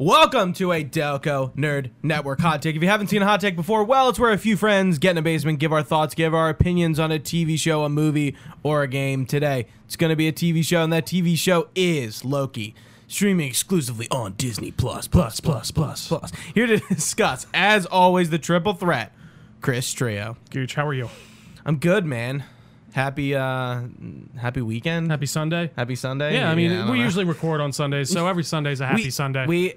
Welcome to a Delco Nerd Network hot take. If you haven't seen a hot take before, well, it's where a few friends get in a basement, give our thoughts, give our opinions on a TV show, a movie, or a game. Today, it's going to be a TV show, and that TV show is Loki, streaming exclusively on Disney Plus. Plus, plus, plus, plus. Here to discuss, as always, the triple threat, Chris Trio. Gooch, how are you? I'm good, man. Happy, uh, happy weekend. Happy Sunday? Happy Sunday. Yeah, I mean, don't we know. usually record on Sundays, so every Sunday's a happy we, Sunday. We uh,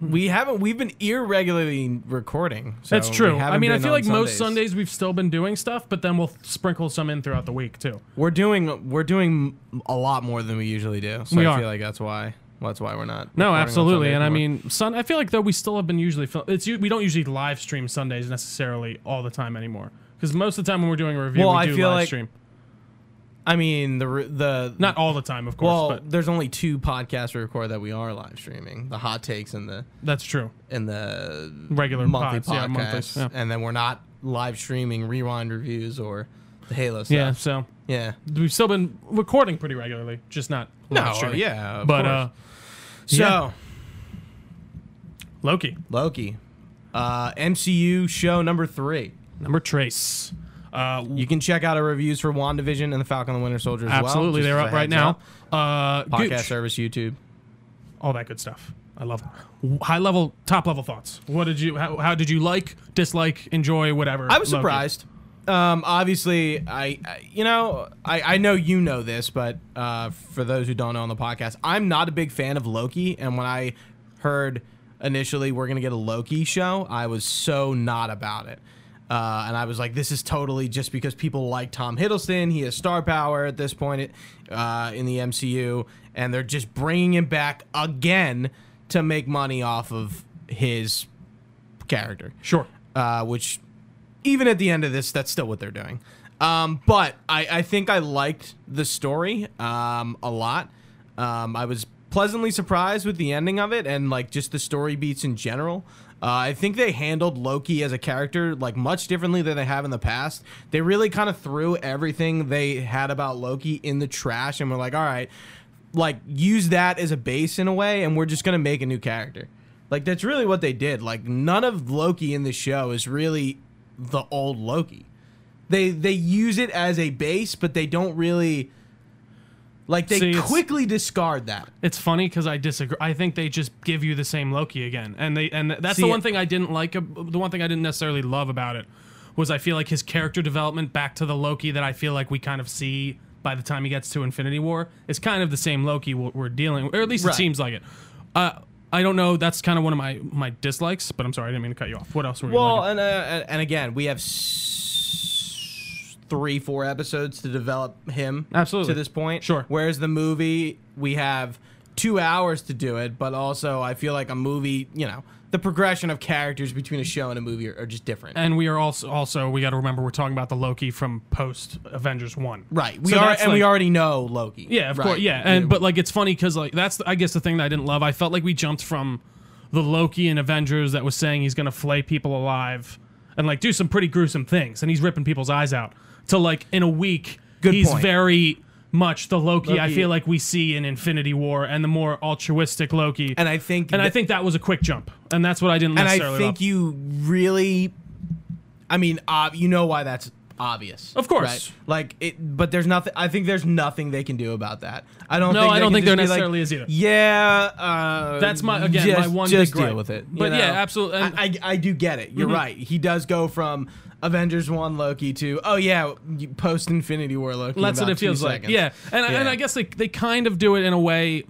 we haven't we've been irregularly recording. So That's true. we I haven't mean, I been feel on like most Sundays we've still been doing stuff, but then we'll sprinkle some in throughout the week too. we're doing we're doing a lot more than we usually do. So We I are. feel like that's why that's why we're not. recording No, on absolutely. Sundays And I anymore. mean, Sun. I feel like though we still have been usually fil- it's u- we don't usually live stream Sundays necessarily all the time anymore because most of the time when we're doing a review, Well, we I do feel live like- stream. I mean the re- the Not all the time, of course, well, but there's only two podcasts we record that we are live streaming: the hot takes and the that's true. and the Regular monthly pods, yeah, monthlies, podcasts. yeah. And then we're not live streaming rewind reviews or the Halo stuff. Yeah, so yeah. we've still been recording pretty regularly, just not live No, streaming. yeah, of but course. uh, so. yeah. Loki. Loki. Uh, MCU show number three. Number Trace. Uh, You can check out our reviews for WandaVision and The Falcon and the Winter Soldier as absolutely, well. they're up right now. Uh, Podcast Gooch, service, YouTube. all that good stuff. I love it. High level, top level thoughts. What did you? How, how did you like, dislike, enjoy, whatever? I was Loki? surprised. Um, obviously, I, I you know I, I know you know this, but uh, for those who don't know on the podcast, I'm not a big fan of Loki. And when I heard initially we're gonna get a Loki show, I was so not about it. Uh, and I was like, this is totally just because people like Tom Hiddleston. He has star power at this point uh, in the MCU, and they're just bringing him back again to make money off of his character Sure. uh, which even at the end of this, that's still what they're doing. Um, but I, I think I liked the story um, a lot. Um, I was pleasantly surprised with the ending of it and like just the story beats in general. Uh, I think they handled Loki as a character like much differently than they have in the past. They really kind of threw everything they had about Loki in the trash and were like, all right, like use that as a base in a way and we're just gonna make a new character like that's really what they did like none of loki in the show is really the old loki they they use it as a base but they don't really like they See, it's- quickly discard that It's funny because I disagree. I think they just give you the same Loki again, and they and that's See, the one thing I didn't like. ab- The one thing I didn't necessarily love about it was I feel like his character development back to the Loki that I feel like we kind of see by the time he gets to Infinity War is kind of the same Loki what we're dealing, or at least Right. it seems like it. Uh, I don't know. That's kind of one of my my dislikes, but I'm sorry, I didn't mean to cut you off. What else were you? well liking? and uh, and- and again we have s- three four episodes to develop him Absolutely. to this point Sure. whereas the movie we have two hours to do it but also i feel like a movie you know the progression of characters between a show and a movie are, are just different and we are also also we got to remember we're talking about the Loki from post Avengers One. right we So are that's and we like- already know loki Yeah, of Right. course. Yeah, and but like it's funny because like that's I guess the thing that I didn't love. I felt like we jumped from the Loki in Avengers that was saying he's gonna flay people alive and like do some pretty gruesome things, and he's ripping people's eyes out. To like in a week, Good he's point. very much the Loki, I Loki- feel like we see in Infinity War and the more altruistic Loki. and i think and I th- think that was a quick jump, and that's what I didn't and i necessarily. think love. you really i mean ob- you know why that's obvious Of course. like it but there's nothing i think there's nothing they can do about that i don't No, think I they don't can think just there be like, necessarily is either. yeah uh, That's my- again, just, my one just big gripe. deal with it you But yeah, know? absolutely, and- Mm-hmm. I, I, I do get it you're right he does go from avengers 1 loki to oh yeah post infinity war loki in That's what about it two feels like. seconds. Yeah. And, I and Yeah. I guess they, they kind of do it in a way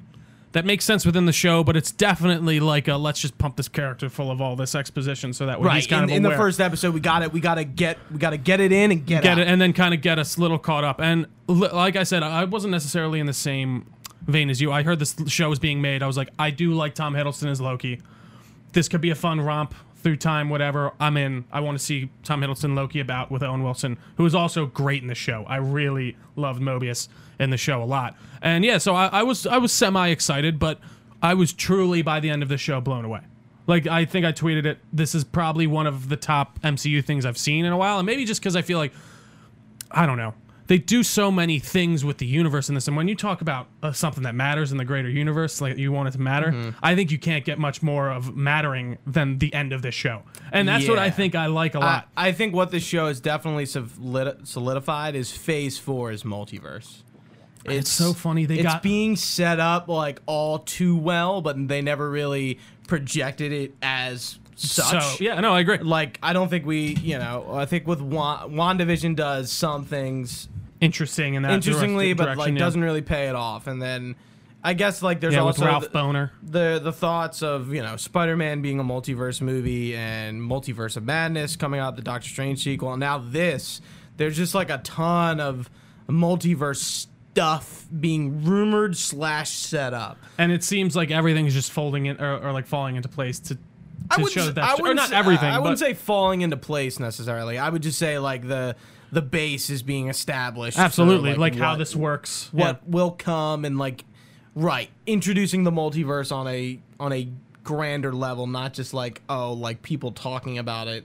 that makes sense within the show, but it's definitely like a let's just pump this character full of all this exposition so that way right he's kind in, of in the aware. first episode we got it we gotta get we gotta get it in and get, get out. it and then kind of get us a little caught up. And li- like I said, I wasn't necessarily in the same vein as you. I heard this show was being made. I was like, I do like Tom Hiddleston as Loki. This could be a fun romp through time, whatever. I'm in. I want to see Tom Hiddleston Loki about with Owen Wilson, who is also great in the show. I really loved Mobius in the show a lot. And yeah, so I, I was I was semi excited, but I was truly by the end of the show blown away. Like I think I tweeted it. This is probably one of the top MCU things I've seen in a while, and maybe just because I feel like I don't know. they do so many things with the universe in this. And when you talk about uh, something that matters in the greater universe, like you want it to matter, Mm-hmm. I think you can't get much more of mattering than the end of this show. And that's what I Yeah. think I like I, a lot. I think what this show has definitely solid- solidified is Phase Four is multiverse. It's, so funny they it's got- being set up like all too well, but they never really projected it as such. so yeah, no, I agree. Like I don't think we, you know, I think with Wan- Wandavision does some things Interesting in that interestingly, direct- but like direction, yeah. doesn't really pay it off. And then I guess like there's yeah with also Ralph the, Boner. the the thoughts of you know Spider-Man being a multiverse movie and Multiverse of Madness coming out the Doctor Strange sequel and now this there's just like a ton of multiverse stuff being rumored slash set up. and it seems like everything's just folding in or, or like falling into place to, to show that that's or wouldn't not say- everything I, I but wouldn't say falling into place necessarily. I would just say like the the base is being established. for, absolutely like, how what- this works what will come and like right introducing the multiverse on a on a grander level not just like oh like people talking about it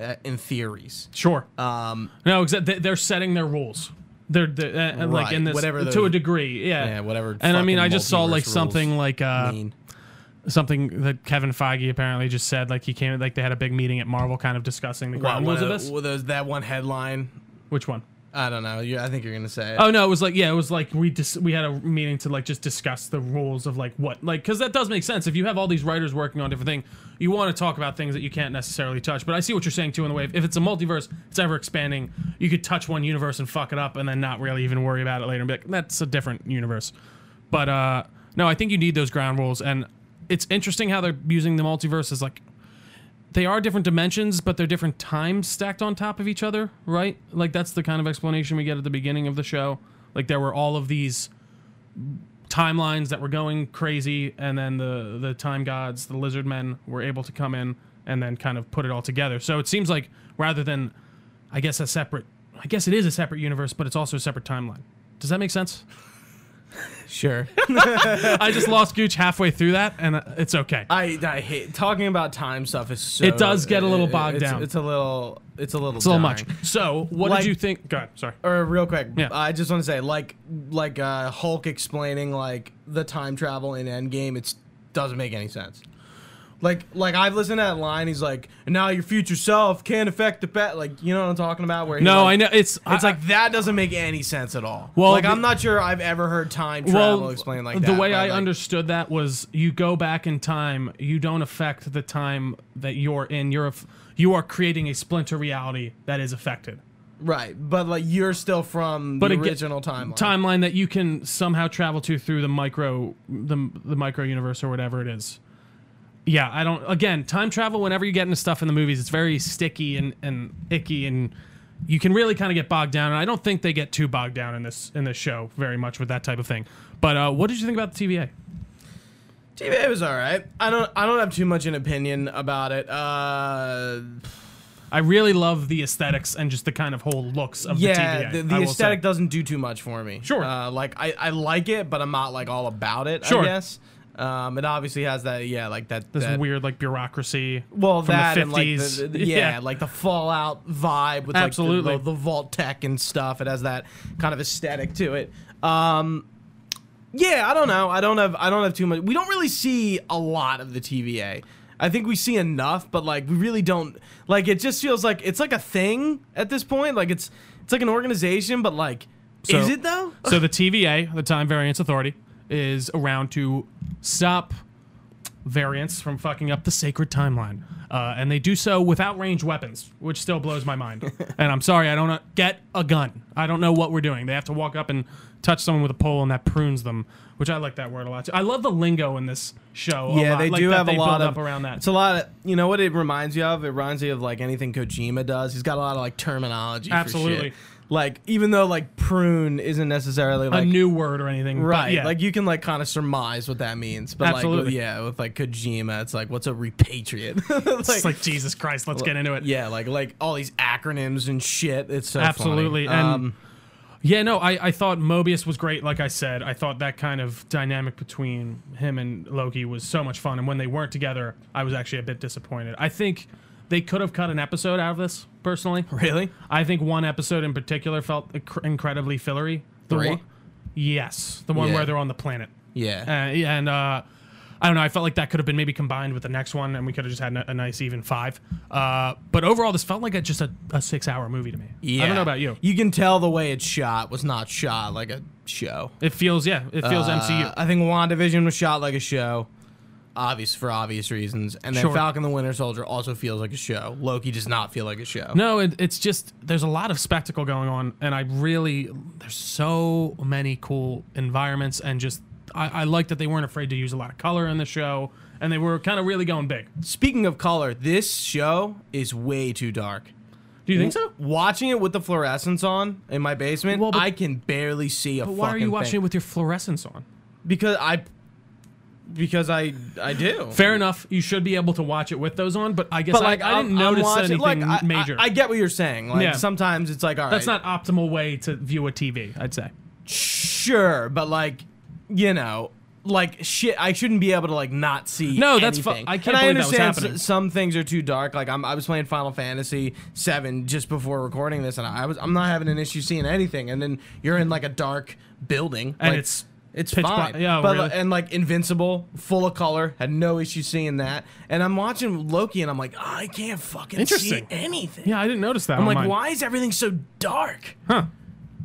uh, in theories yeah, sure um no exa- they- they're setting their rules they're, they're uh, and, like in Right, this whatever to a those- degree yeah yeah, whatever and i mean fucking i just multiverse saw like rules something like uh mean. something that kevin feige apparently just said like he came like they had a big meeting at marvel kind of discussing the ground Wow, rules of one this well, there's that one headline which one i don't know you, i think you're gonna say it. Oh no, it was like yeah, it was like we dis- we had a meeting to like just discuss the rules of like what like because that does make sense if you have all these writers working on different things, you want to talk about things that you can't necessarily touch. But I see what you're saying too in the way if, if it's a multiverse, it's ever expanding. You could touch one universe and fuck it up, and then not really even worry about it later and be like that's a different universe. But uh no, I think you need those ground rules, and it's interesting how they're using the multiverse as like they are different dimensions, but they're different times stacked on top of each other, right? Like that's the kind of explanation we get at the beginning of the show. Like there were all of these timelines that were going crazy, and then the the time gods, the lizard men, were able to come in and then kind of put it all together. So it seems like rather than, I guess a separate, I guess it is a separate universe, but it's also a separate timeline. Does that make sense? sure I just lost Gooch halfway through that, and uh, it's okay. I, I hate talking about time stuff is so It does get a little it- bogged it's- down. it's a little it's a little It's a little much. jarring. So what Like- did you think? Go ahead. Sorry. or real quick, Yeah. I just want to say, like, like uh, Hulk explaining like the time travel in Endgame, it doesn't make any sense. Like, like I've listened to that line. He's like, and now your future self can't affect the pet. Like, you know what I'm talking about? Where he, No, like- I know it's It's like that doesn't make any sense at all. Well, Well, like the- I'm not sure I've ever heard time travel well, explained like the that. way but, I like, understood that was you go back in time, you don't affect the time that you're in. You're aff- you are creating a splinter reality that is affected. right, but like you're still from But the aga- original timeline. Timeline that you can somehow travel to through the micro the, the micro universe or whatever it is. Yeah, I don't again, time travel whenever you get into stuff in the movies, it's very sticky and, and icky and you can really kind of get bogged down and I don't think they get too bogged down in this in this show very much with that type of thing. But uh, what did you think about the TVA? TVA was all right. I don't, I don't have too much an opinion about it. Uh, I really love the aesthetics and just the kind of whole looks of yeah, the TVA. the, I the will aesthetic say. doesn't do too much for me. Sure. Uh, like I, I like it, but I'm not like all about it. Sure. I guess. Um, it obviously has that, yeah, like that. This that weird like bureaucracy. well, from the that and like the- 50s. the, the- yeah, Yeah. like the Fallout vibe with Absolutely. like the- the, the vault tech and stuff. It has that kind of aesthetic to it. Um, yeah, I don't know. I don't have I don't have too much. We don't really see a lot of the TVA. I think we see enough, but like we really don't like it just feels like it's like a thing at this point. Like it's it's like an organization, but like So- is it though? so the TVA, the Time Variance Authority, is around to stop variants from fucking up the sacred timeline, uh, and they do so without range weapons, which still blows my mind. and I'm sorry, I don't know, get a gun. I don't know what we're doing. They have to walk up and touch someone with a pole, and that prunes them. Which I like that word a lot. Too. I love the lingo in this show. a yeah, lot, they like do that have they a lot build of up around that. It's a lot of you know what it reminds you of. It reminds you of like anything Kojima does. He's got a lot of like terminology. for shit. Absolutely. Like even though like prune isn't necessarily a like new word or anything, but right, yeah. like you can like kind of surmise what that means. But like with- Absolutely. yeah, with like Kojima, it's like what's a repatriate? It's just like Jesus Christ, let's get into it. Yeah, yeah, like like all these acronyms and shit. It's so funny. Absolutely, and- Um, no, I, I thought Mobius was great. Like I said, I thought that kind of dynamic between him and Loki was so much fun. And when they weren't together, I was actually a bit disappointed. I think They could have cut an episode out of this. Personally, Really? I think one episode in particular felt inc- incredibly fillery. The Three? one- yes, the one Yeah. where they're on the planet. Uh, Yeah. and uh, I don't know. I felt like that could have been maybe combined with the next one, and we could have just had a, a nice even five. Uh, but overall, this felt like a, just a, a six-hour movie to me. I don't know about you. You can tell the way it's shot was not shot like a show. It feels yeah, it feels Uh, MCU. I think WandaVision was shot like a show, obvious for obvious reasons, and then Sure. Falcon the Winter Soldier also feels like a show. Loki does not feel like a show. No, it, it's just there's a lot of spectacle going on, and I really there's so many cool environments, and just I, I like that they weren't afraid to use a lot of color in the show, and they were kind of really going big. Speaking of color, this show is way too dark. Do you think so? Watching it with the fluorescence on in my basement, Well, but- I can barely see a But fucking why are you watching thing. it with your fluorescence on? Because I, because I, I do. Fair enough. You should be able to watch it with those on, but I guess But like I, I didn't I'm- I'm notice watching- like, anything I- I- major. I, get what you're saying. Like Yeah. sometimes it's like all right, That's not optimal way to view a TV. I'd say. sure, but like you know, like shit, I shouldn't be able to like not see. No, that's fu- anything. I can't And I believe that was understand s- happening. some things are too dark. Like I'm, I was playing Final Fantasy VII just before recording this, and I was I'm not having an issue seeing anything. And then you're in like a dark building, And like, it's it's pitch fine. black. Yeah, but really? and like Invincible, full of color, had no issue seeing that. And I'm watching Loki, and I'm like, I can't fucking see Interesting. anything. Yeah, I didn't notice that. I'm like, why is everything so dark? Huh?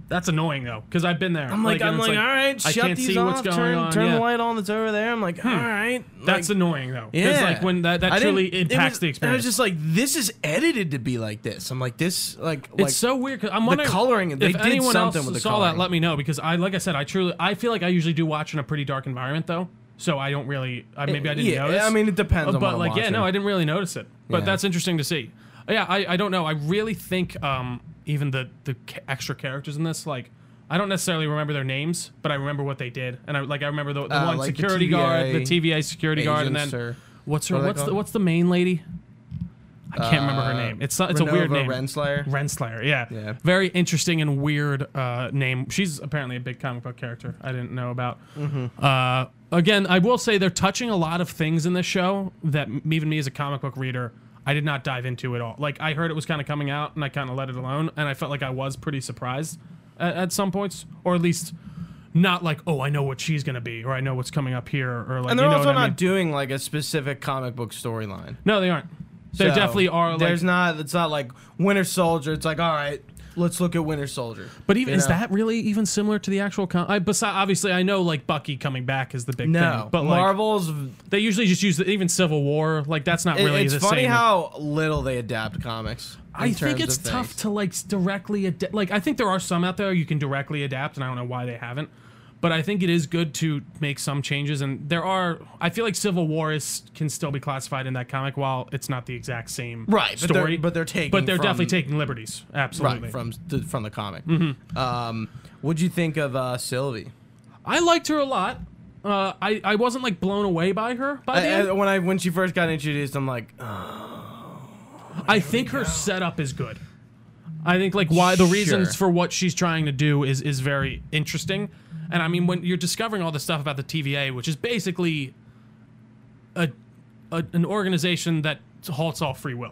That's annoying though, because I've been there. I'm like, and I'm it's like, all right, I shut can't these see off. what's going turn on. turn yeah. Hmm. the light on. That's over there. I'm like, all right. That's like, annoying though. yeah. It's like when that, I that didn't- truly it was- impacts the I was experience. just like, this is edited to be like this. I'm like, this like like it's so weird because I'm wondering coloring, they if did anyone something else with the saw coloring. that. Let me know because I, like I said, I truly, I feel like I usually do watch in a pretty dark environment though, so I don't really, I, maybe I didn't Eh, yeah. notice. Oh, I mean, it depends on what but I'm like, yeah, watching. no, I didn't really notice it. But Yeah. that's interesting to see. Yeah, I, I don't know. I really think um, even the the ca- extra characters in this, like, I don't necessarily remember their names, but I remember what they did, and I like I remember the, the Uh, one like the security guard, the TVA TVA security guard, and Agents then or- what's her what are they what's the, called? what's the main lady? I can't remember her Uh, name. It's not, it's a weird Renova name. Renslayer. Renslayer, yeah. Yeah. Very interesting and weird uh, name. She's apparently a big comic book character I didn't know about. Mm-hmm. Uh, again, I will say they're touching a lot of things in this show that m- even me as a comic book reader, I did not dive into at all. Like, I heard it was kind of coming out and I kind of let it alone, and I felt like I was pretty surprised at, at some points, or at least not like, oh, I know what she's going to be, or I know what's coming up here, or like, and they're you know also what I not mean? doing like a specific comic book storyline. No, they aren't. They So, definitely are. Like, there's not. It's not like Winter Soldier. It's like all right, let's look at Winter Soldier. But even you is know? that really even similar to the actual? Com- I besides, obviously, I know like Bucky coming back is the big No, thing, but like Marvel's. they usually just use the, even Civil War. Like that's not it- really it's the funny same. how little they adapt comics. I in think terms it's of tough things. to like s- directly adapt. Like I think there are some out there you can directly adapt, and I don't know why they haven't. But I think it is good to make some changes, and there are. I feel like Civil War is can still be classified in that comic, while it's not the exact same Right, but they're- story. but they're taking but they're from- definitely taking Mm-hmm. liberties. Absolutely, right from the, from the comic. Um, what'd you think of uh, Sylvie? I liked her a lot. Uh, I I wasn't like blown away by her. By the I- end. I- when I when she first got introduced, I'm like, uh, "Ugh." I think her setup is good. I think like why the reasons Sure. for what she's trying to do is is very interesting. And I mean when you're discovering all this stuff about the TVA, which is basically a, a an organization that halts all free will.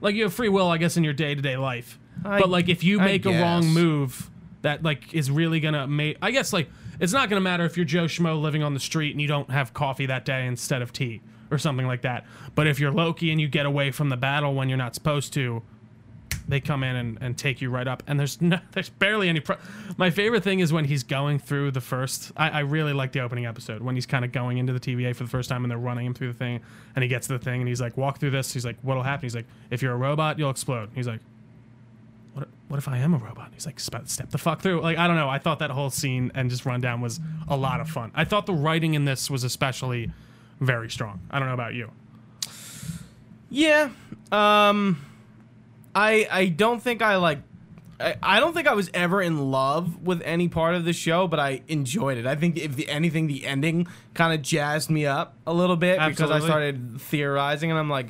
Like you have free will, I guess, in your day to day life. I- but like if you I make a wrong guess. move that like is really gonna make I guess like it's not gonna matter if you're Joe Schmo living on the street and you don't have coffee that day instead of tea or something like that. But if you're Loki and you get away from the battle when you're not supposed to, they come in and, and take you right up and there's no, there's barely any pro- my favorite thing is when he's going through the first I, I really like the opening episode when he's kind of going into the TVA for the first time and they're running him through the thing and he gets to the thing and he's like walk through this he's like what'll happen he's like if you're a robot you'll explode he's like what, what if I am a robot he's like "Spe- step the fuck through like I don't know I thought that whole scene and just rundown was a lot of fun I thought the writing in this was especially very strong I don't know about you yeah. Um, I I don't think I like. I, I don't think I was ever in love with any part of the show, but I enjoyed it. I think if the, anything, the ending kind of jazzed me up a little bit because I Absolutely. started theorizing, and I'm like,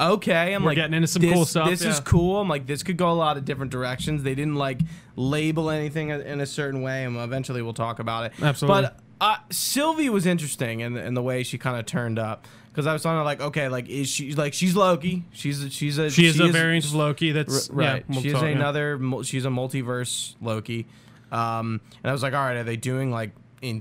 okay, I'm We're like getting into some this- cool stuff, This is yeah. cool. I'm like, this could go a lot of different directions. They didn't like label anything in a certain way, and eventually we'll talk about it. Absolutely. But uh, Sylvie was interesting in, in the way she kind of turned up. because I was talking like, okay, like is she like she's Loki? She's a, she's a She is a variant of Loki. That's R- right. Yeah, we'll she's talk, yeah. another. mul- She's a multiverse Loki. Um, and I was like, all right, are they doing like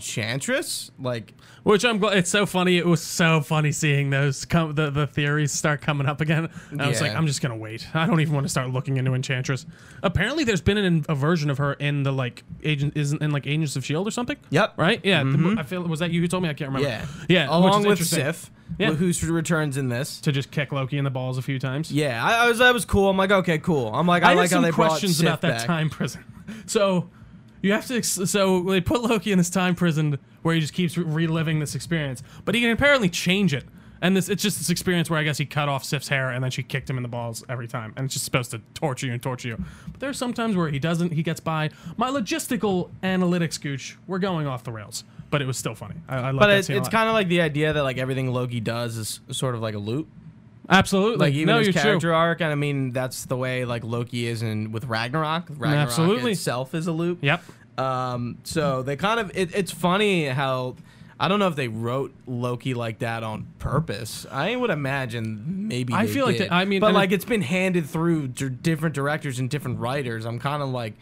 Enchantress? Like, Which I'm glad. It's so funny. It was so funny seeing those com- the the theories start coming up again. And I was like, Yeah. I'm just gonna wait. I don't even want to start looking into Enchantress. Apparently, there's been an, a version of her in the like agent isn't in like Agents of Shield E or something. Yep. Right. Yeah. the- I feel was that you who told me. I can't remember. Mm-hmm. yeah, Yeah. which along is with interesting. Sif, Yeah. who who returns in this. to just kick Loki in the balls a few times. Yeah, I, I was that was cool. I'm like, okay, cool. I'm like, I, I, have like how some they brought questions Sif about that back. time prison. So you have to. ex- So they put Loki in this time prison where he just keeps reliving this experience, but he can apparently change it. And this, it's just this experience where I guess he cut off Sif's hair and then she kicked him in the balls every time, and it's just supposed to torture you and torture you. But there are some times where he doesn't. He gets by. My logistical analytics gooch. We're going off the rails, but it was still funny. I, I love But that it, scene a it's lot. kind of like the idea that like everything Loki does is sort of like a loop. absolutely Like even no, his you're true. character arc, and I mean that's the way like Loki is in with Ragnarok. Ragnarok Absolutely. itself is a loop. Yep. Um, so they kind of it, it's funny how I don't know if they wrote Loki like that on purpose. I would imagine maybe I they feel like did. they- I mean, but and it- like it's been handed through to different directors and different writers. I'm kind of like,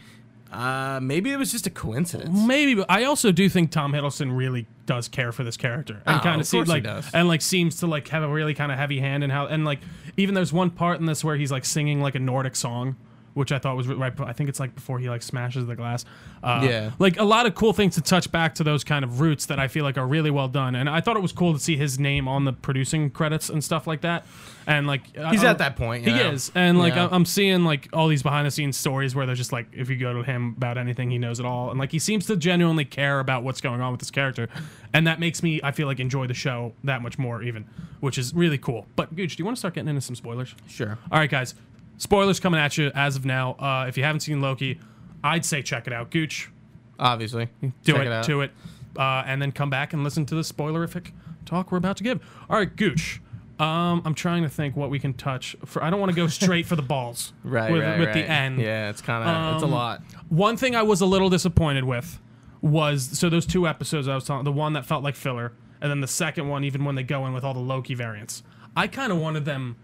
uh, maybe it was just a coincidence. Maybe, but I also do think Tom Hiddleston really does care for this character and Oh, kind of of course seems he like does. and like seems to like have a really kind of heavy hand in how and like even there's one part in this where he's like singing like a Nordic song, which I thought was re- right. I think it's like before he like smashes the glass. Uh, Yeah. like a lot of cool things to touch back to those kind of roots that I feel like are really well done. And I thought it was cool to see his name on the producing credits and stuff like that. And like He's I- at that point. you he know? is, and like uh, Yeah. I- I'm seeing like all these behind the scenes stories where they're just like, if you go to him about anything, he knows it all, and like he seems to genuinely care about what's going on with this character, and that makes me I feel like enjoy the show that much more even, which is really cool. But Gooch, do you want to start getting into some spoilers? Sure. All right, guys, spoilers coming at you as of now. Uh, if you haven't seen Loki, I'd say check it out. Gooch, Obviously. do Check it, out. to it, uh, and then come back and listen to the spoilerific talk we're about to give. All right, Gooch. Um, I'm trying to think what we can touch for. I don't want to go straight for the balls Right. with, right, with the right. end. Yeah, it's kind of it's a Um, lot. One thing I was a little disappointed with was so those two episodes I was talking, the one that felt like filler, and then the second one, even when they go in with all the Loki variants, I kind of wanted them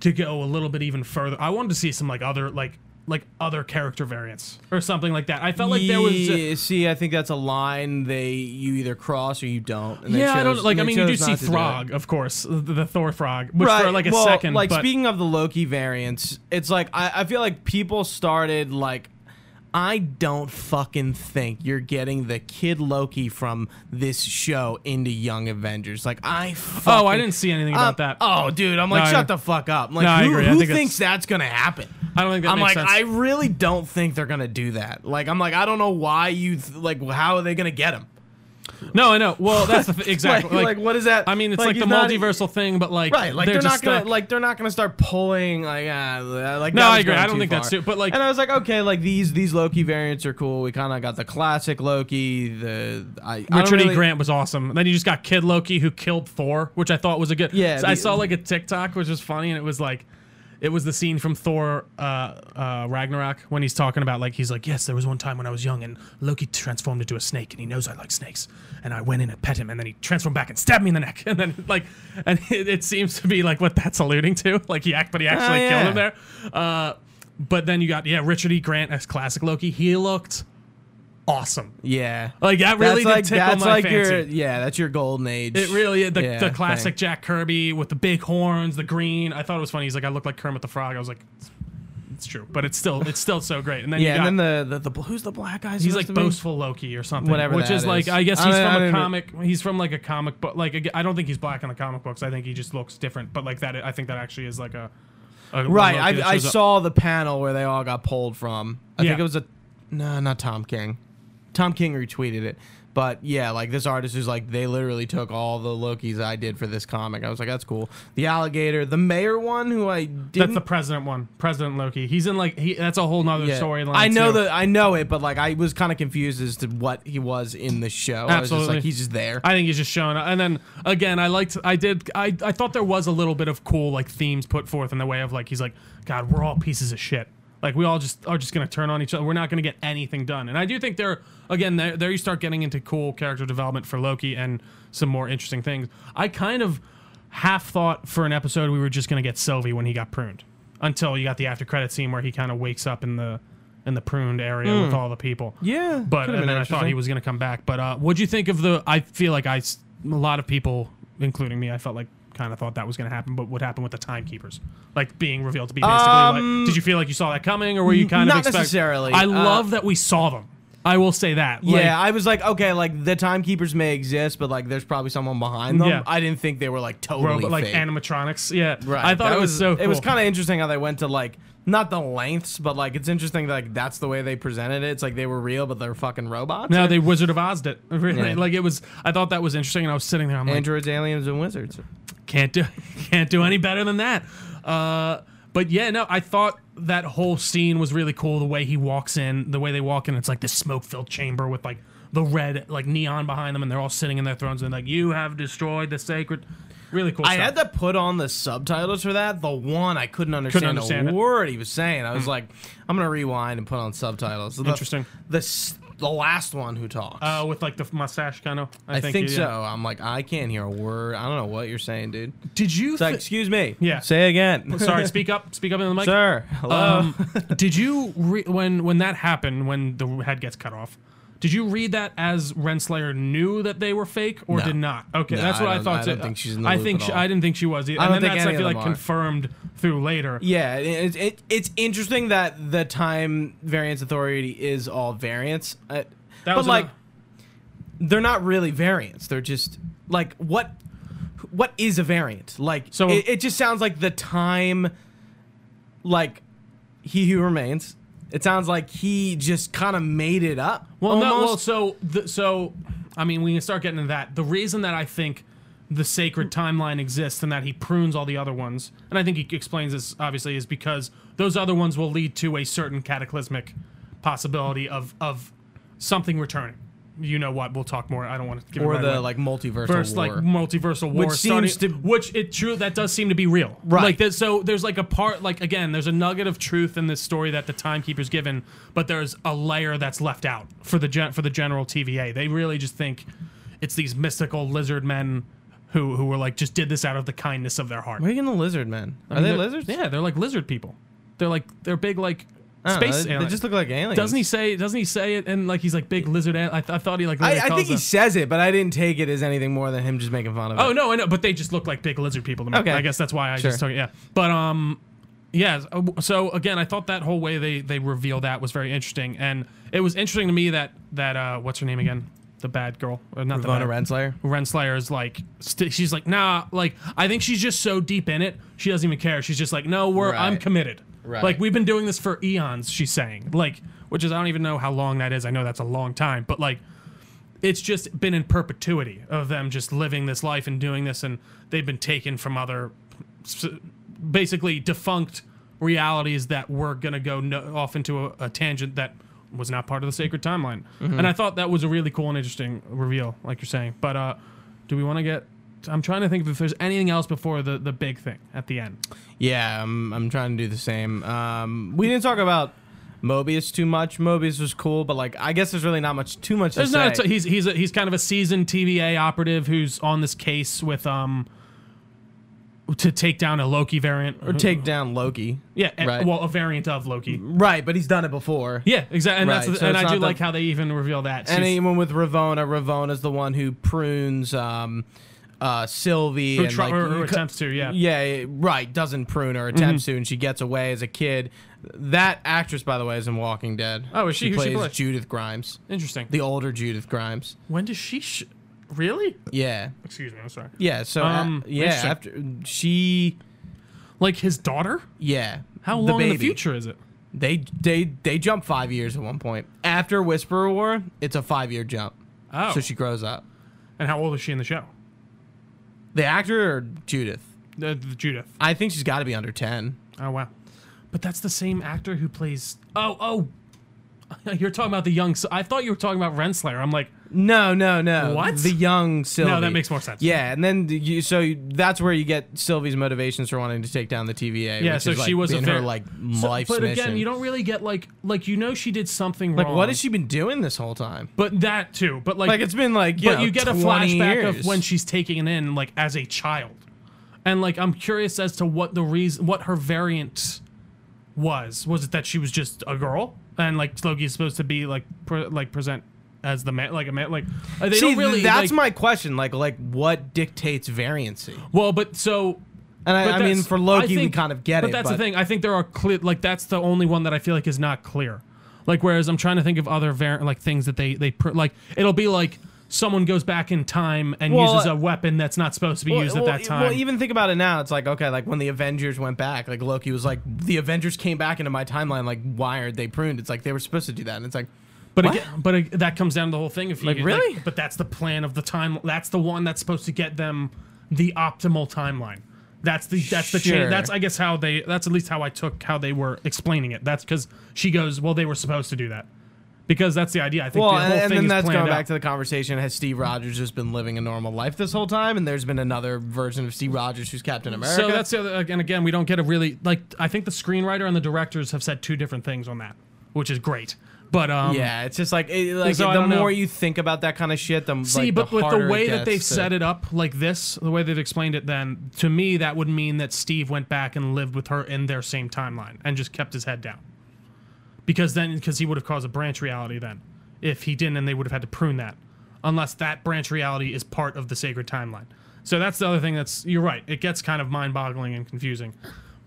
to go a little bit even further. I wanted to see some like other like like other character variants or something like that. I felt like there was. Yeah, see, I think that's a line they you either cross or you don't. And they Yeah, I don't chose- like. they I mean, you do chose see not to it. Throg, of course, the, the Thor Frog, which for like a well, second. Like but speaking of the Loki variants, it's like I, I feel like people started like I don't fucking think you're getting the kid Loki from this show into Young Avengers. Like I fucking, oh, I didn't see anything I'm- about that. Oh, dude, I'm like, No, I- shut the fuck up. I'm like, No, I who, agree. I who think that's- thinks that's gonna happen? I don't think that I'm makes like, sense. I really don't think they're gonna do that. Like, I'm like, I don't know why you th- like. How are they gonna get him? no, I know. Well, that's the th- exactly. Like, Like, like, what is that? I mean, it's like, he's the not- multiversal thing, but like, Right, like they're, not just gonna stuck- like they're not gonna start pulling like uh, like. No, that I was agree. going I don't think that's too- but, like- and I was like, okay, like these these Loki variants are cool. We kind of got the classic Loki, the I, I don't Richard really, E. Grant was awesome. Then you just got Kid Loki who killed Thor, which I thought was a good. Yeah, So I the- saw like a TikTok which was funny, and it was like, it was the scene from Thor uh, uh, Ragnarok when he's talking about like he's like, yes, there was one time when I was young and Loki transformed into a snake, and he knows I like snakes, and I went in and pet him, and then he transformed back and stabbed me in the neck, and then like, and it, it seems to be like what that's alluding to, like he act, but he actually Oh, yeah. killed him there. Uh, but then you got yeah Richard E. Grant as classic Loki. He looked awesome. Yeah, Like that really that's did like tickle that's my like fancy. your yeah, that's your golden age. It really is. The, yeah, the classic thing. Jack Kirby with the big horns, the green. I thought it was funny. He's like, I look like Kermit the Frog. I was like, it's, it's true, but it's still it's still so great. And then Yeah, you got, and then the, the the who's the black guy? he's like supposed to be? boastful Loki or something, Whatever which that is is. like I guess I he's don't- I from a don't even- comic. He's from like a comic book. Like ag- I don't think he's black in the comic books. I think he just looks different. But like that, I think that actually is like a, a Right, Loki that I, I shows up. saw the panel where they all got pulled from. I think Yeah. it was a no, not Tom King. Tom King retweeted it, but yeah, like this artist is like they literally took all the Loki's I did for this comic. I was like, that's cool. The alligator, the mayor one, who I That's didn't. the president one, President Loki. He's in like he. That's a whole nother yeah. storyline. I know too. that I know it, but like I was kind of confused as to what he was in the show. I was just Absolutely. like, he's just there. I think he's just showing up. And then again, I liked, I did, I, I thought there was a little bit of cool like themes put forth in the way of like he's like, God, we're all pieces of shit. Like we all just are just gonna turn on each other. We're not gonna get anything done. And I do think there, again, there, there you start getting into cool character development for Loki and some more interesting things. I kind of. half thought for an episode we were just gonna get Sylvie when he got pruned, until you got the after credit scene where he kind of wakes up in the in the pruned area with all the people. Yeah, But could've and been then I thought interesting. he was gonna come back. But uh, what'd you think of the? I feel like I s- a lot of people, including me, I felt like kind of thought that was gonna happen. But what happened with the timekeepers, like being revealed to be basically Um, like, did you feel like you saw that coming, or were you kind not of expect- necessarily. I Uh, love that we saw them. I will say that. Like, yeah, I was like, okay, like the timekeepers may exist, but like there's probably someone behind them. Yeah. I didn't think they were like totally robot, like fake. animatronics. Yeah, Right. I thought That it was, so. Cool. It was kind of interesting how they went to like not the lengths, but like it's interesting that like that's the way they presented it. It's like they were real, but they're fucking robots. No, they Wizard of Oz it. Really, Yeah. like it was. I thought that was interesting, and I was sitting there. I'm like, Androids, aliens, and wizards. can't do, can't do any better than that. Uh, but yeah, no, I thought that whole scene was really cool. The way he walks in, the way they walk in, it's like this smoke-filled chamber with like the red, like neon behind them, and they're all sitting in their thrones, and like you have destroyed the sacred. Really cool. I stuff. had to put on the subtitles for that. The one I couldn't understand, understand a it. Hmm. word he was saying. I was like, I'm gonna rewind and put on subtitles. The- Interesting. The s- the last one who talks. uh, with like the mustache kind of. I, I think, yeah. so. I'm like, I can't hear a word. I don't know what you're saying, dude. Did you? It's like, thi- excuse me. Yeah. Say again. Sorry, speak up. Speak up in the mic. Sir. Hello. Um, did you re- when when that happened when the head gets cut off? Did you read that as Renslayer knew that they were fake or No. did not? Okay, No, that's what I I, don't- thought. I don't too. think she's in the I loop think at she- all. I didn't think she was. Either. I And don't then think that's any of I feel like them are. confirmed through later. Yeah, it- it's it, it's interesting that the time variance authority is all variance, uh, That but was like ano- they're not really variants. They're just like what what is a variant? Like So- it, it just sounds like the time, like he who remains. It sounds like he just kind of made it up. Well, no. Well, almost. so the, so I mean, we can start getting into that. The reason that I think the sacred timeline exists and that he prunes all the other ones, and I think he explains this obviously, is because those other ones will lead to a certain cataclysmic possibility of of something returning. You know what? We'll talk more. I don't want to give it or right the away. like multiversal First, war. like multiversal war, Which seems starting- to- which it true that does seem to be real, Right. Like there's, so, there's like a part, like again, there's a nugget of truth in this story that the timekeeper's given, but there's a layer that's left out for the gen- for the general TVA. They really just think it's these mystical lizard men who who were like just did this out of the kindness of their heart. Where are you gonna lizard man? Are they They're- lizards? Yeah, they're like lizard people. They're like they're big like I don't know, space. they, they aliens. just look like aliens. doesn't he say? Doesn't he say it? And like he's like big lizard. al- I, th- I thought he like. I, literally I calls think he them- says it, but I didn't take it as anything more than him just making fun of it. Oh no, I know, but they just look like big lizard people to me. Okay. I guess that's why I just Sure. took it. Yeah, but um, yeah. So again, I thought that whole way they they reveal that was very interesting, and it was interesting to me that that uh, what's her name again? The bad girl, uh, not the Ravonna bad. Renslayer. Renslayer is like, st- she's like, nah, like, I think she's just so deep in it, she doesn't even care. She's just like, no, we're, I'm Right. committed. Right. Like, we've been doing this for eons, she's saying. Like, which is, I don't even know how long that is. I know that's a long time, but like, it's just been in perpetuity of them just living this life and doing this, and they've been taken from other s- basically defunct realities that were going to go no- off into a, a tangent that was not part of the sacred timeline. Mm-hmm. And I thought that was a really cool and interesting reveal, like you're saying. But uh, do we want to get. I'm trying to think if there's anything else before the, the big thing at the end. Yeah, I'm, I'm trying to do the same. Um, we didn't talk about Mobius too much. Mobius was cool, but like I guess there's really not much too much There's to not. A say. t- he's he's a, he's kind of a seasoned TVA operative who's on this case with um to take down a Loki variant or take down Loki. yeah, a- Mm-hmm. right. well a variant of Loki. Right, but he's done it before. Yeah, exactly. And Right, that's so and it's I do not the- like how they even reveal that. And She's- anyone with Ravona, Ravona's the one who prunes um, uh, Sylvie who and try- like or, or you co- attempts to yeah. Mm-hmm. Yeah, it- right. Doesn't prune or attempts to, and she gets away as a kid. That actress, by the way, is in Walking Dead. Oh, is she? Who she plays play? Judith Grimes, Interesting. the older Judith Grimes. when does she? Sh- really? Yeah, Excuse me. I'm sorry. yeah. So uh, Um, yeah, after she, Like his daughter? yeah. How the long in the baby. future is it? They they they jump five years at one point. After Whisperer War, it's a five year jump. Oh, So she grows up. and how old is she in the show? The actor or Judith? Uh, the Judith. I think she's got to be under ten. Oh wow, but that's the same actor who plays. Oh oh, you're talking about the young. S- I thought you were talking about Renslayer. I'm like, No, no, no. What? The young Sylvie. no, that makes more sense. Yeah, and then you, so you- that's where you get Sylvie's motivations for wanting to take down the TVA. Yeah, which so is, like, she was a been her ver- like So- life's but mission. again, you don't really get like like you know she did something like wrong. what has she been doing this whole time? But that too. But like, Like it's been like you but know, you get a 20 flashback years. of when she's taking it in like as a child. and like I'm curious as to what the reason, what her variant was. Was it that she was just a girl, and like Loki is supposed to be like pre- like present as the man, like a man, like uh, they See, don't really. that's like- my question. Like, like what dictates variancy? well, but so And I, but I mean, that's- for I Loki, we think- kind of get but it. that's the thing. I think there are clear, like that's the only one that I feel like is not clear. Like whereas I'm trying to think of other var- like things that they they pr- like it'll be like someone goes back in time and Well, uses uh, a weapon that's not supposed to be used at that time. Well, even think about it now. It's like okay, like when the Avengers went back, like Loki was like, the Avengers came back into my timeline. Like, why are they pruned? It's like they were supposed to do that. And it's like, but what? again, but ag- that comes down to the whole thing. If you Like, really? but that's the plan of the time. That's the one that's supposed to get them the optimal timeline. That's the that's the Sure. chain. That's I guess how they. That's at least how I took how they were explaining it. That's because she goes, well, they were supposed to do that. Because that's the idea. I think well, the whole and, and thing then is that's planned going out. back to the conversation: Has Steve Rogers just been living a normal life this whole time? And there's been another version of Steve Rogers who's Captain America. So that's the other, and again, we don't get a really like. I think the screenwriter and the directors have said two different things on that, which is great. But um, yeah. It's just like, it, like So I the don't know. more you think about that kind of shit, the see, like, but the with harder the it way that gets they've to- set it up like this, the way they've explained it, then to me that would mean that Steve went back and lived with her in their same timeline and just kept his head down, because then because he would have caused a branch reality then, if he didn't, and they would have had to prune that, unless that branch reality is part of the sacred timeline. So that's the other thing that's you're right. It gets kind of mind-boggling and confusing,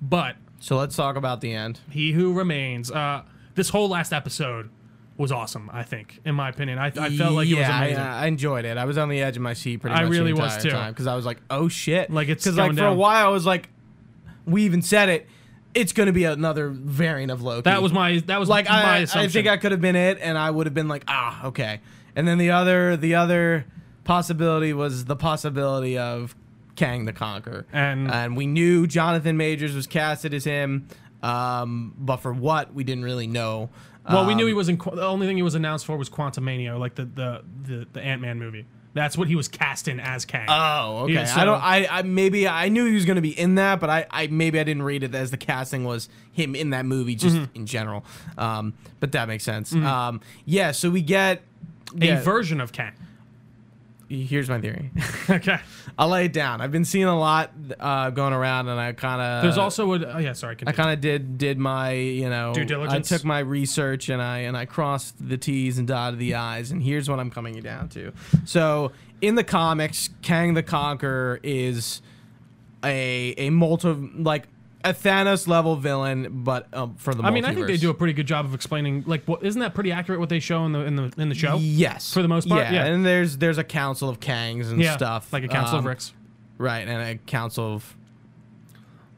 but. So let's talk about the end. He Who Remains. Uh, this whole last episode was awesome. I think, in my opinion, I, I felt like it was Yeah, I- uh, amazing. I, enjoyed it. I was on the edge of my seat pretty I much really the was entire too. time because I was like, "Oh shit!" Like, it's because like going for a down. while I was like, "We even said it. It's going to be another variant of Loki." that was my that was like my I, I assumption. think I could have been it, and I would have been like, "Ah, okay." And then the other the other possibility was the possibility of Kang the Conqueror, And- and we knew Jonathan Majors was casted as him, um, but for what we didn't really know. well, we knew Um, he was in. The only thing he was announced for was Quantum Mania, like the the the, the Ant Man movie. That's what he was cast in as Kang. Oh, okay. Yeah, I so- don't. I, I maybe I knew he was going to be in that, but I, I maybe I didn't read it as the casting was him in that movie just Mm-hmm. in general. Um, but that makes sense. Um, yeah. So we get. a yeah, version of Kang. here's my theory. okay. I'll lay it down. I've been seeing a lot uh, going around, and I kind of There's also a. Oh yeah, sorry. Uh, I continue. kind of did did my you know Due I diligence? took my research and I and I crossed the T's and dotted the I's and here's what I'm coming down to. So in the comics, Kang the Conqueror is a a multi like a Thanos level villain, but um, for the I mean, I think they multiverse. do a pretty good job of explaining. Like, what isn't that pretty accurate? What they show in the in the in the show? Yes, for the most part, yeah. and there's there's a council of Kangs and Yeah, stuff, like a council um, of Ricks. right? And a council of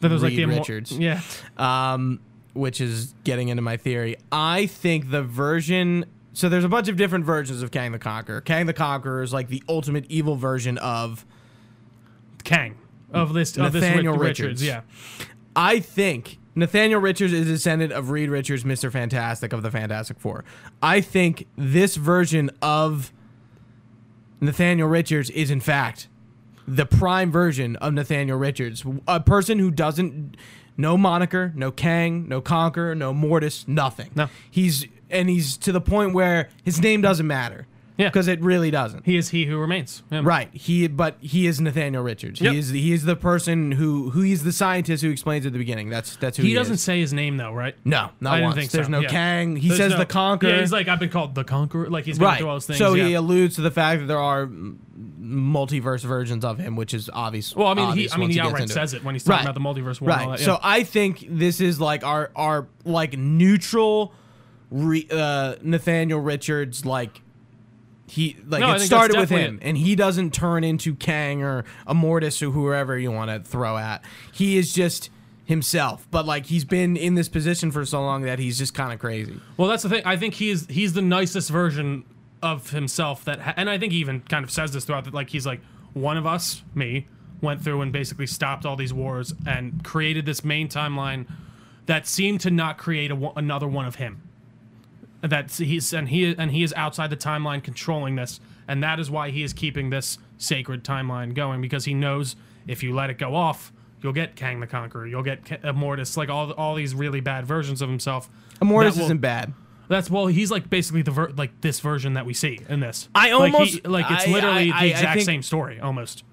That was like Reed the immor- Richards. Yeah. um, which is getting into my theory. I think the version. So there's a bunch of different versions of Kang the Conqueror. Kang the Conqueror is like the ultimate evil version of. Kang of this of this Nathaniel Rick- Richards. Richards. Yeah, I think Nathaniel Richards is a descendant of Reed Richards, Mr. Fantastic of the Fantastic Four. I think this version of Nathaniel Richards is in fact the prime version of Nathaniel Richards, a person who doesn't no moniker, no Kang, no Conqueror, no Mortis, nothing. No. He's and he's to the point where his name doesn't matter. Yeah. Because it really doesn't. he is he who remains. Yeah. Right. He but he is Nathaniel Richards. Yep. He is he is the person who who he's the scientist who explains at the beginning. That's that's who he, He doesn't is. say his name though, right? No, not I didn't once. think There's so, no yeah. Kang. He There's says no- the conqueror. Yeah, he's like I've been called the conqueror. Like he's going right. through all those things. so yeah. he alludes to the fact that there are mm, multiverse versions of him, which is obvious. well, I mean, he obvious I mean, once he gets outright into says it when he's talking Right. about the multiverse war. and all Right. that, yeah. So I think this is like our our like neutral re, uh, Nathaniel Richards like he like No, I it think that's started with him definitely and he doesn't turn into Kang or Immortus or whoever you want to throw at. He is just himself, but like he's been in this position for so long that he's just kind of crazy. well, that's the thing. I think he's he's the nicest version of himself that, ha- and I think he even kind of says this throughout that like he's like one of us, me, went through and basically stopped all these wars and created this main timeline that seemed to not create a, one- another one of him. that he's and he and he is outside the timeline controlling this and that is why he is keeping this sacred timeline going because he knows if you let it go off you'll get Kang the Conqueror you'll get Ka- Immortus like all all these really bad versions of himself Immortus That will- isn't bad. that's well he's like basically the ver- like this version that we see in this I Like, he- almost- like, it's I- literally I- I- I the exact think- same story almost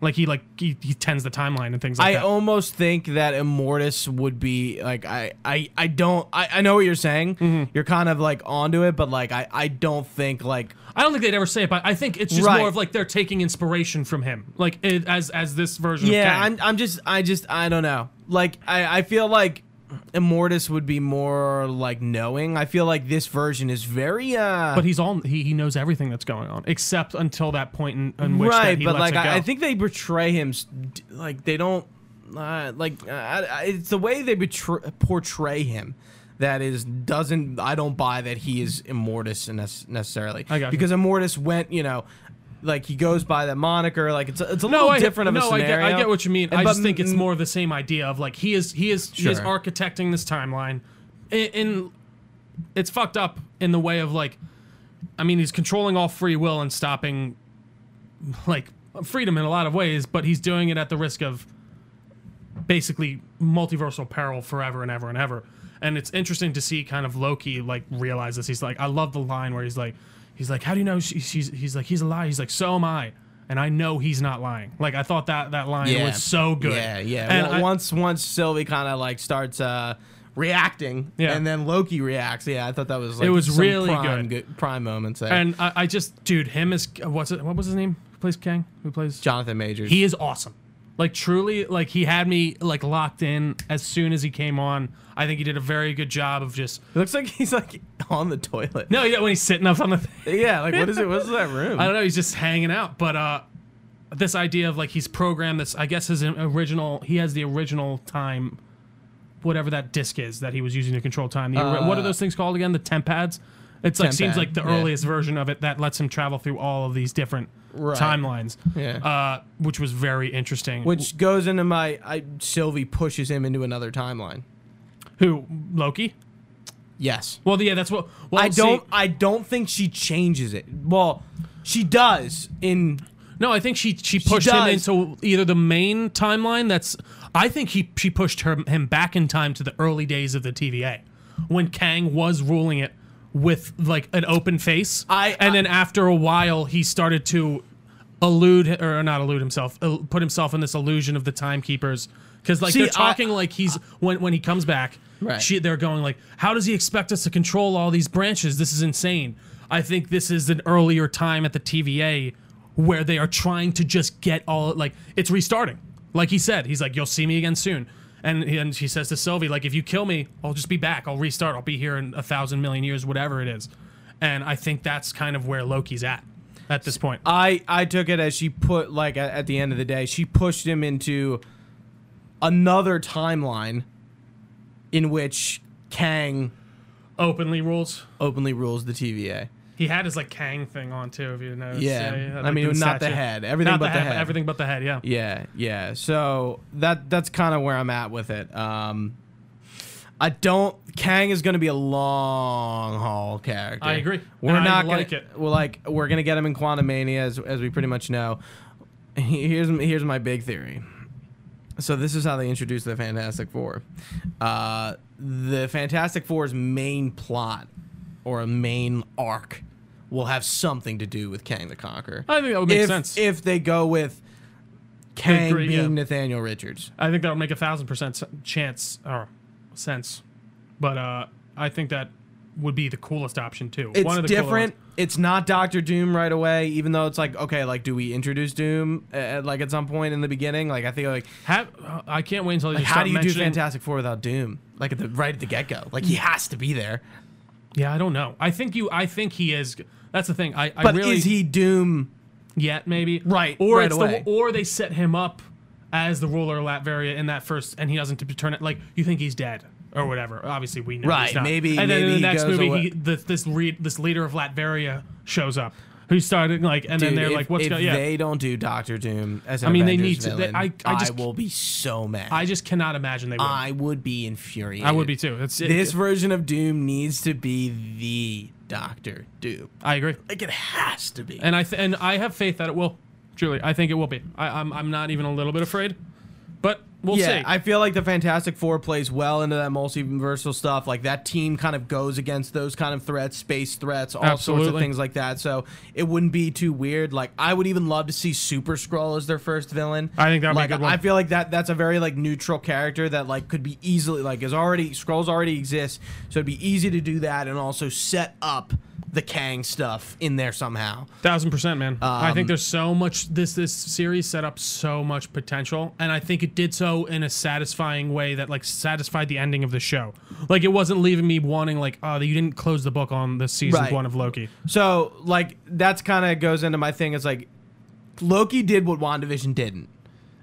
Like he like he, he tends the timeline and things like I that. almost think that Immortus would be like I I, I don't I, I know what you're saying. Mm-hmm. You're kind of like onto it, but like I, I don't think like I don't think they'd ever say it, but I think it's just Right. more of like they're taking inspiration from him, like it, as as this version. of Yeah, Kang. I'm I'm just I just I don't know. Like I, I feel like Immortus would be more like knowing. I feel like this version is very uh but he's all he, he knows everything that's going on, except until that point in, in which right, that he but lets like it go. I, I think they betray him. s- d- Like they don't uh, like uh, I, I- it's the way they betray, portray him that is doesn't I don't buy that he is Immortus nec- necessarily I got you. because Immortus went you know. Like he goes by that moniker, like it's a, it's a no, little I, different of a no, I get, scenario. I get what you mean. And- I but just think it's m- more of the same idea of like he is he is he is Sure. architecting this timeline, in, in it's fucked up in the way of like, I mean he's controlling all free will and stopping, like freedom in a lot of ways, but he's doing it at the risk of basically multiversal peril forever and ever and ever. And it's interesting to see kind of Loki like realize this. He's like, I love the line where he's like, he's like, how do you know she, she's? He's like, he's a lie. He's like, so am I, and I know he's not lying. Like I thought that that line Yeah. was so good. Yeah, yeah. And Well, I- once once Sylvie kind of like starts uh, reacting, Yeah. and then Loki reacts. Yeah, I thought that was like was some really prime, good. prime moments there. And I, I just, dude, him is what's it? What was his name? Who plays Kang? Who plays? Jonathan Majors. He is awesome. Like truly, like he had me like locked in as soon as he came on. I think he did a very good job of just It looks like he's like on the toilet. no, you know when he's sitting up on the. Yeah, like what is it? What is that room? I don't know. He's just hanging out. But uh, this idea of like he's programmed this. I guess his original. He has the original time, whatever that disc is that he was using to control time. The, ori- what are Uh, those things called again? The temp pads. It's like Temp seems pad, like the yeah. earliest version of it that lets him travel through all of these different Right. timelines. Yeah. Uh, which was very interesting. Which goes into my I, Sylvie pushes him into another timeline. who Loki? Yes. Well, yeah, that's what. Well, I see- don't. I don't think she changes it. Well, she does in No, I think she she pushed him does. into either the main timeline. That's I think he she pushed her him back in time to the early days of the TVA, when Kang was ruling it with like an open face. I- and I- then after a while he started to elude or not elude himself, el- put himself in this illusion of the timekeepers because like See, they're I- talking like he's when when he comes back. Right. She, they're going like, how does he expect us to control all these branches? This is insane. I think this is an earlier time at the TVA where they are trying to just get all like it's restarting. Like he said, he's like, you'll see me again soon. And he- and she says to Sylvie, like, if you kill me, I'll just be back. I'll restart. I'll be here in a thousand million years, whatever it is. And I think that's kind of where Loki's at at this point. I I took it as she put like at, at the end of the day she pushed him into another timeline in which Kang Openly rules. openly rules the TVA. He had his like Kang thing on too, if you notice. Yeah. he had, I like, mean, not the statue. head. Everything Not but the but head. Everything but the head. Yeah. Yeah, yeah. So that that's kind of where I'm at with it. Um I don't Kang is going to be a long haul character. I agree. We're And I not like gonna, it. Well, like we're going to get him in Quantum Mania as as we pretty much know. Here's here's my big theory. So this is how they introduced the Fantastic Four. Uh, the Fantastic Four's main plot or a main arc will have something to do with Kang the Conqueror. I think that would make if, sense. if they go with Kang agree, being yeah. Nathaniel Richards. I think that would make a thousand percent s- chance or sense, but uh, I think that would be the coolest option too. It's One of the cooler different. It's not Doctor Doom right away, even though it's like okay, like do we introduce Doom at, like at some point in the beginning? Like I think like ones. Have, uh, I can't wait until you how start do you do mentioning- Fantastic Four without Doom? Like at the right at the get go, like he has to be there. Yeah, I don't know. I think you. I think he is. That's the thing. I, I But really is he Doom? yet maybe Right, or right it's away. the or they set him up as the ruler of Latveria in that first, and he doesn't t- turn it like you think he's dead or whatever. Obviously, we know Right, he's not. maybe- and then maybe in he the next goes movie, away. he, the, this re, this leader of Latveria shows up, who's starting like, and then Dude, they're if- like, "What's if going?" Yeah, they don't do Doctor Doom as an I mean, they Avengers need to- they- villain, I- I just- will be so mad. I I, just cannot imagine they would. would be infuriated. I would be too. It's it- This version of Doom needs to be the Doctor Doom. I agree, Like it has to be. and I th- and I have faith that it will. Truly, I think it will be. I, I'm I'm not even a little bit afraid. But we'll yeah, see. I feel like the Fantastic Four plays well into that multiversal stuff. Like that team kind of goes against those kind of threats, space threats, all sorts of Absolutely. things like that. So it wouldn't be too weird. Like I would even love to see Super Scroll as their first villain. I think that'd be a like, good one. I feel like that that's a very like neutral character that like could be easily like is already scrolls already exists, so it'd be easy to do that and also set up the Kang stuff in there somehow. Thousand percent, man. I Um, think there's so much. This this series set up so much potential, and I think it did so in a satisfying way that like satisfied the ending of the show. Like it wasn't leaving me wanting like, oh, you didn't close the book on the season Right. one of Loki. So like that's kind of goes into my thing. It's like Loki did what WandaVision didn't.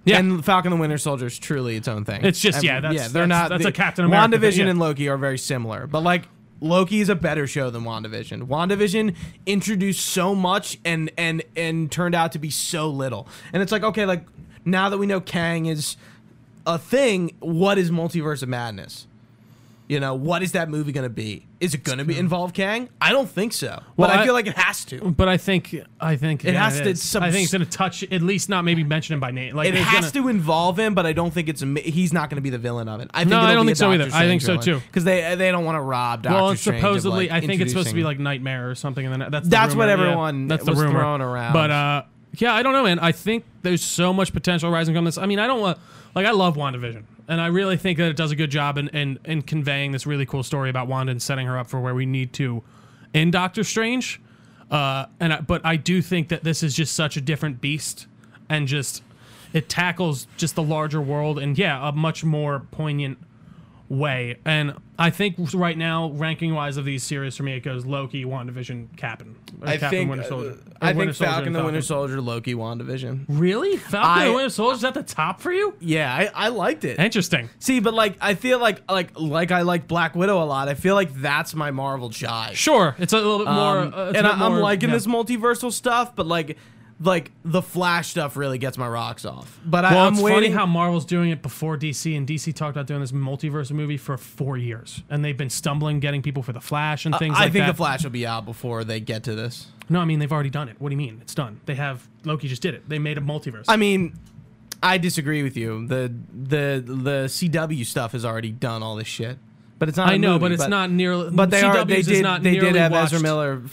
Yeah. And Falcon and the Winter Soldier is truly its own thing. It's just- yeah, that's- that's- that's a Captain America WandaVision thing, yeah. and Loki are very similar, but like Loki is a better show than WandaVision. WandaVision introduced so much and and and turned out to be so little. And it's like okay, like now that we know Kang is a thing, what is Multiverse of Madness? You know, what is that movie going to be? Is it going to be involve Kang? I don't think so. but Well, I, I- feel like it has to. But I think I think it has to is. sub- I think it's gonna touch at least not maybe mention him by name. Like It it's has gonna- to involve him, but I don't think it's a, ma- he's not going to be the villain of it. I think No, it'll I don't be a think so either. Doctor I think Strange so, villain. too. because they they don't want to rob Doctor Well, it's Strange of, supposedly. like, I think it's supposed to be introducing- like Nightmare or something, and then that's the That's what rumor, yeah. everyone that's the was rumor. throwing around. But uh, yeah, I don't know, man. I think there's so much potential rising from this. I mean, I don't want like I love WandaVision, and I really think that it does a good job in in, in conveying this really cool story about Wanda and setting her up for where we need to in Doctor Strange. Uh, and I, but I do think that this is just such a different beast, and just it tackles just the larger world, and yeah, a much more poignant way. And I think right now, ranking wise of these series for me, it goes Loki, WandaVision, Captain. or I Captain think Winter Soldier. uh, Or I think Winter Soldier Falcon and the Winter Soldier, Loki, Wandavision. Really? Falcon I- and Winter Soldier's at the top for you? Yeah, I, I liked it. Interesting. See, but like I feel like like like I like Black Widow a lot. I feel like that's my Marvel jive. Sure, it's a little bit more. Um, uh, it's a and bit I, am more- liking yeah. this multiversal stuff, but like like the Flash stuff really gets my rocks off. But I, Well, I'm it's funny waiting. how Marvel's doing it before DC, and DC talked about doing this multiverse movie for four years, and they've been stumbling getting people for the Flash and things Uh, I like think that. the Flash will be out before they get to this. no, I mean they've already done it. What do you mean? It's done. They have Loki just did it. They made a multiverse. I mean, I disagree with you. The the the CW stuff has already done all this shit, but it's not. I a movie, know, but it's not nearly. But they are. They CW's is did. Not They did nearly have watched. Ezra Miller.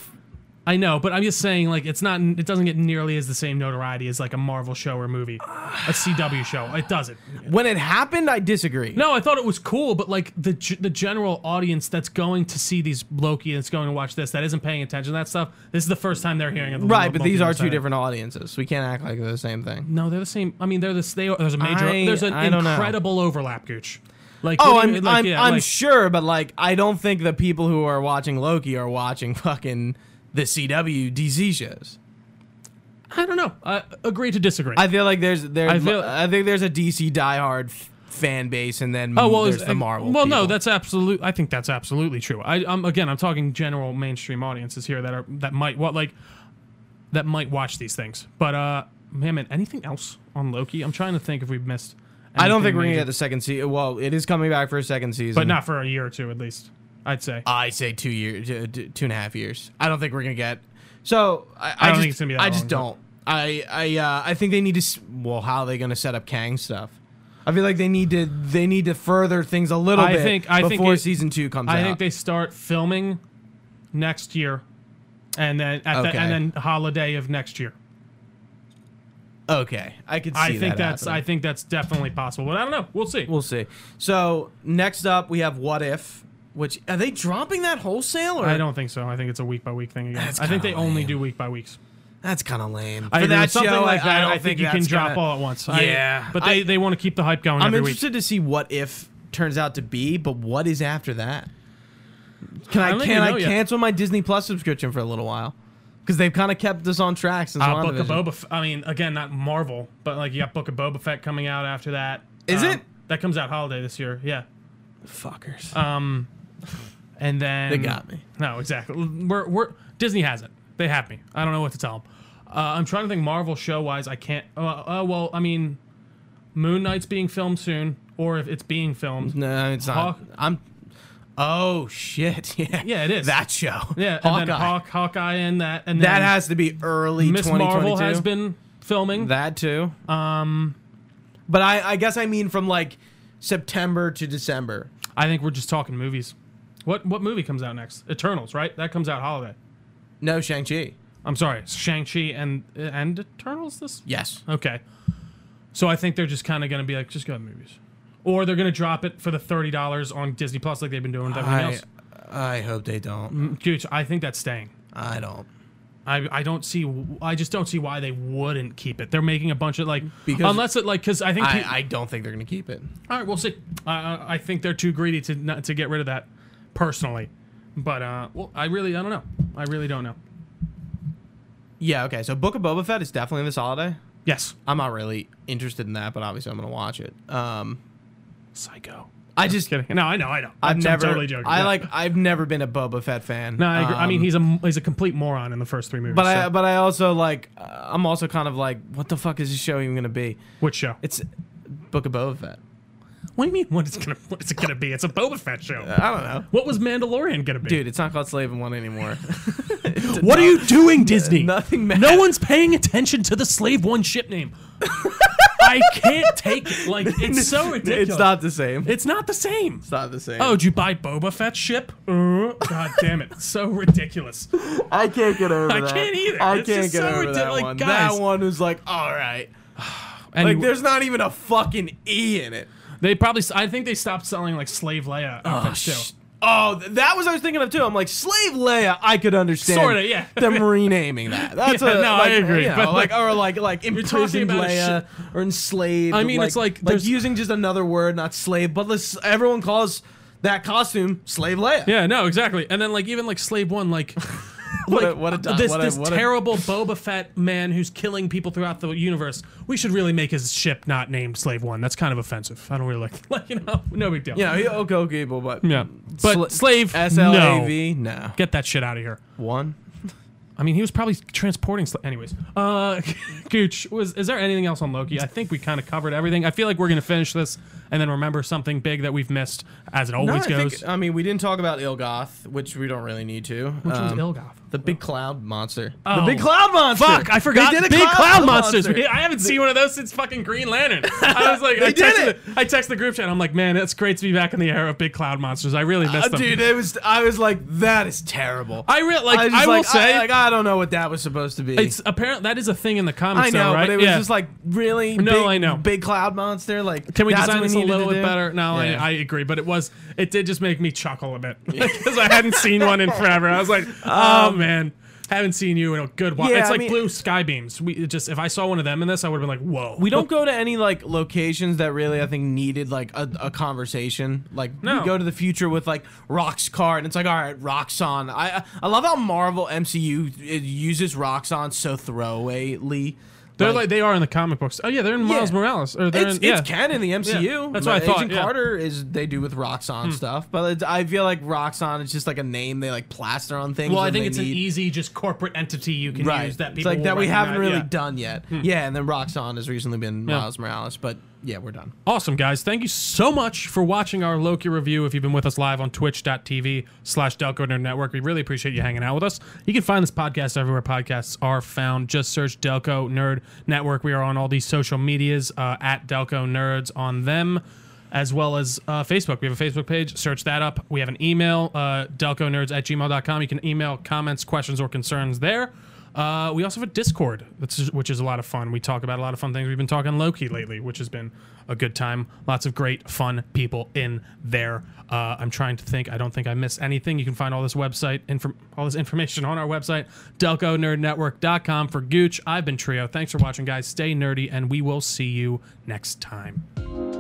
I know, but I'm just saying, like, it's not. It doesn't get nearly as the same notoriety as like a Marvel show or movie, a CW show. It doesn't. When it happened, I disagree. No, I thought it was cool, but like the g- the general audience that's going to see these Loki and it's going to watch this that isn't paying attention to that stuff. This is the first time they're hearing of the Right, Lo- but these are multiverse two idea. different audiences. We can't act like they're the same thing. No, they're the same. I mean, they're the they are, there's a major I- there's an I don't know. incredible overlap, Gooch. Like Oh, what do I'm you mean? I'm, Like, yeah, I'm like- sure, but like I don't think the people who are watching Loki are watching fucking the CW DZ shows. I don't know. I agree to disagree. I feel like there's there's I, I feel- think there's a DC diehard f- fan base, and then Oh well, there's is- the Marvel. Well, no, people. that's absolute. I think that's absolutely true. I, I'm again, I'm talking general mainstream audiences here that are that might what like that might watch these things. But uh, man, man, anything else on Loki? I'm trying to think if we've missed. I don't think anything we're gonna major. get the second season. Well, it is coming back for a second season, but not for a year or two at least. I'd say. I say two years, two, two and a half years. I don't think we're gonna get. So I, I, don't just, think it's gonna be that I just long, but- don't. I I uh, I think they need to. s- Well, how are they gonna set up Kang stuff? I feel like they need to they need to further things a little I bit think- I think before it- season two comes I out. think they start filming next year, and then at the, Okay. and then holiday of next year. okay, I could. See I think that that's happening. I think that's definitely possible. But I don't know. We'll see. We'll see. So next up, we have What If, which are they dropping that wholesale? Or I don't think so. I think it's a week by week thing again. That's I think kinda they only lame. do week by weeks. That's kind of lame. I For agree. that something show, like that, I, don't think, you can that's drop gonna- all at once. I- Yeah. but they, I- they want to keep the hype going I'm every week. interested to see what if turns out to be, but what is after that? Can I I, don't think can we I know yet. cancel my Disney Plus subscription for a little while? Because they've kind of kept us on track since Uh, Book of WandaVision. Boba. F- I mean, again, not Marvel, but like you got Book of Boba Fett coming out after that. Is Um, it? that comes out holiday this year? Yeah. Fuckers, Um, and then they got me. No, exactly. We're, we're Disney has it. They have me. I don't know what to tell them. Uh, I'm trying to think Marvel show wise. I can't. Uh, uh, well, I mean, Moon Knight's being filmed soon, or if it's being filmed. No, it's not. Hawk- I'm. Oh shit! Yeah, Yeah, it is. that show. Yeah, and Hawkeye. then Hawk, Hawkeye, and that, and that then has to be early Miss 2022. Marvel has been filming. that too. Um, But I, I guess I mean from like September to December. I think we're just talking movies. What what movie comes out next? Eternals, right? That comes out holiday. No Shang Chi. I'm sorry, Shang Chi and and Eternals. This Yes. okay. So I think they're just kind of going to be like, just go to the movies, or they're going to drop it for the thirty dollars on Disney Plus, like they've been doing with everything I, else. I hope they don't. Dude, I think that's staying. I don't. I, I don't see I just don't see why they wouldn't keep it. They're making a bunch of like Because- unless it like because I think I, pe- I don't think they're gonna keep it. All right, we'll see. I- I I think they're too greedy to not, to get rid of that, personally. But uh, well, I really I don't know. I really don't know. Yeah. Okay. So Book of Boba Fett is definitely this holiday. Yes, I'm not really interested in that, but obviously I'm gonna watch it. Um, Psycho. I just Kidding. No, I know, I know. I've I'm, I'm never. totally joking. I No. like. I've never been a Boba Fett fan. No, I, agree. I mean Um, he's a he's a complete moron in the first three movies. But I. so- But I also like. uh, I'm also kind of like, what the fuck is this show even gonna be? which show? It's Book of Boba Fett. What do you mean? What is gonna what is it gonna be? It's a Boba Fett show. I don't know, what was Mandalorian gonna be? dude. It's not called Slave and One anymore. what are you doing, Disney? Nothing. No matters. one's paying attention to the Slave One ship name. I can't take it. Like it's so ridiculous. It's not the same. It's It's not the same. not the same. Oh, did you buy Boba Fett ship? Uh, God damn it! So ridiculous. I can't get over I that. can't either. I It's can't just get so over ridic- that like, one. guys. That one was like, all right. And Like, there's not even a fucking e in it. they probably. s- I think they stopped selling like Slave Leia outfits sh- too. Oh, th- that was what I was thinking of too. I'm like, Slave Leia, I could understand. Sorta, yeah. Them renaming that. That's Yeah, a, no, I like, agree, you know, but, like, like, or like, like imprisoned about a sh- Leia or enslaved. I mean, it's like like there's- using just another word, not slave, but let's, everyone calls that costume Slave Leia. Yeah, no, exactly. And then like even like Slave One, like. What a- like, what a do- this, what a- this what a- terrible Boba Fett man who's killing people throughout the universe. We should really make his ship not named Slave One. That's kind of offensive. I don't really like, like you know, no big deal. You know, he- okay, okay, but, but yeah. But Sla- slave, S L A no. V, no. get that shit out of here. One. I mean, he was probably transporting. Sl- Anyways, uh, Gooch, was is there anything else on Loki? I think we kind of covered everything. I feel like we're gonna finish this and then remember something big that we've missed, as it No, always I, goes. think, I mean, we didn't talk about Ilgoth, which we don't really need to. which one's Um, Ilgoth? The big cloud monster. Oh. The big cloud monster. Fuck, I forgot. They did a Big cloud, cloud, monsters. monster. I haven't seen one of those since fucking Green Lantern. I was like, I They did texted, it. The, I texted the group chat. I'm like, man, it's great to be back in the era of big cloud monsters. I really missed Uh, them. dude, it was. I was like, that is terrible. I really like. I I, was just will like, say, I, like, I don't know what that was supposed to be. it's apparent that is a thing in the comics. I know, though, right? but it was Yeah. just like really. No, big, I know. Big cloud monster. Like, Can we that's design what this a needed little to bit do? better? No, Yeah. I, I agree, but it was it did just make me chuckle a bit because I hadn't seen one in forever. I was like, oh man, haven't seen you in a good while. Um, yeah, it's I like mean- blue sky beams. We it just if I saw one of them in this, I would have been like, whoa. We don't go to any like locations that really I think needed like a, a conversation. Like No. we go to the future with like Rock's card, and it's like all right, Roxxon. I I- I love how Marvel MCU it uses Roxxon so throwawayly. They're like, they are in the comic books. Oh yeah, they're in Miles Yeah. Morales. Or they're it's, in, yeah. it's canon in the MCU. Yeah, that's what But I thought, Agent yeah. Hmm. Carter is they do with Roxxon stuff, but it's, I feel like Roxxon is just like a name they like plaster on things. well, I when think they it's an need- easy just corporate entity you can right. use that it's people like that will we haven't recognize. really Yeah. Hmm. done yet. Yeah, and then Roxxon has recently been Yeah. Miles Morales, but yeah, we're done. Awesome, guys. Thank you so much for watching our Loki review. If you've been with us live on twitch.tv slash Delco Nerd Network, we really appreciate you hanging out with us. You can find this podcast everywhere podcasts are found. Just search Delco Nerd Network. We are on all these social medias uh, at Delco Nerds on them, as well as uh, Facebook. We have a Facebook page. Search that up. We have an email, uh, delconerds at gmail.com. You can email comments, questions, or concerns there. Uh, we also have a Discord, which is, which is a lot of fun. We talk about a lot of fun things. We've been talking Loki lately, which has been a good time. Lots of great, fun people in there. Uh, I'm trying to think. I don't think I miss anything. You can find all this website, inform- all this information on our website, delconerdnetwork.com. For Gooch, I've been Trio. Thanks for watching, guys. Stay nerdy, and we will see you next time.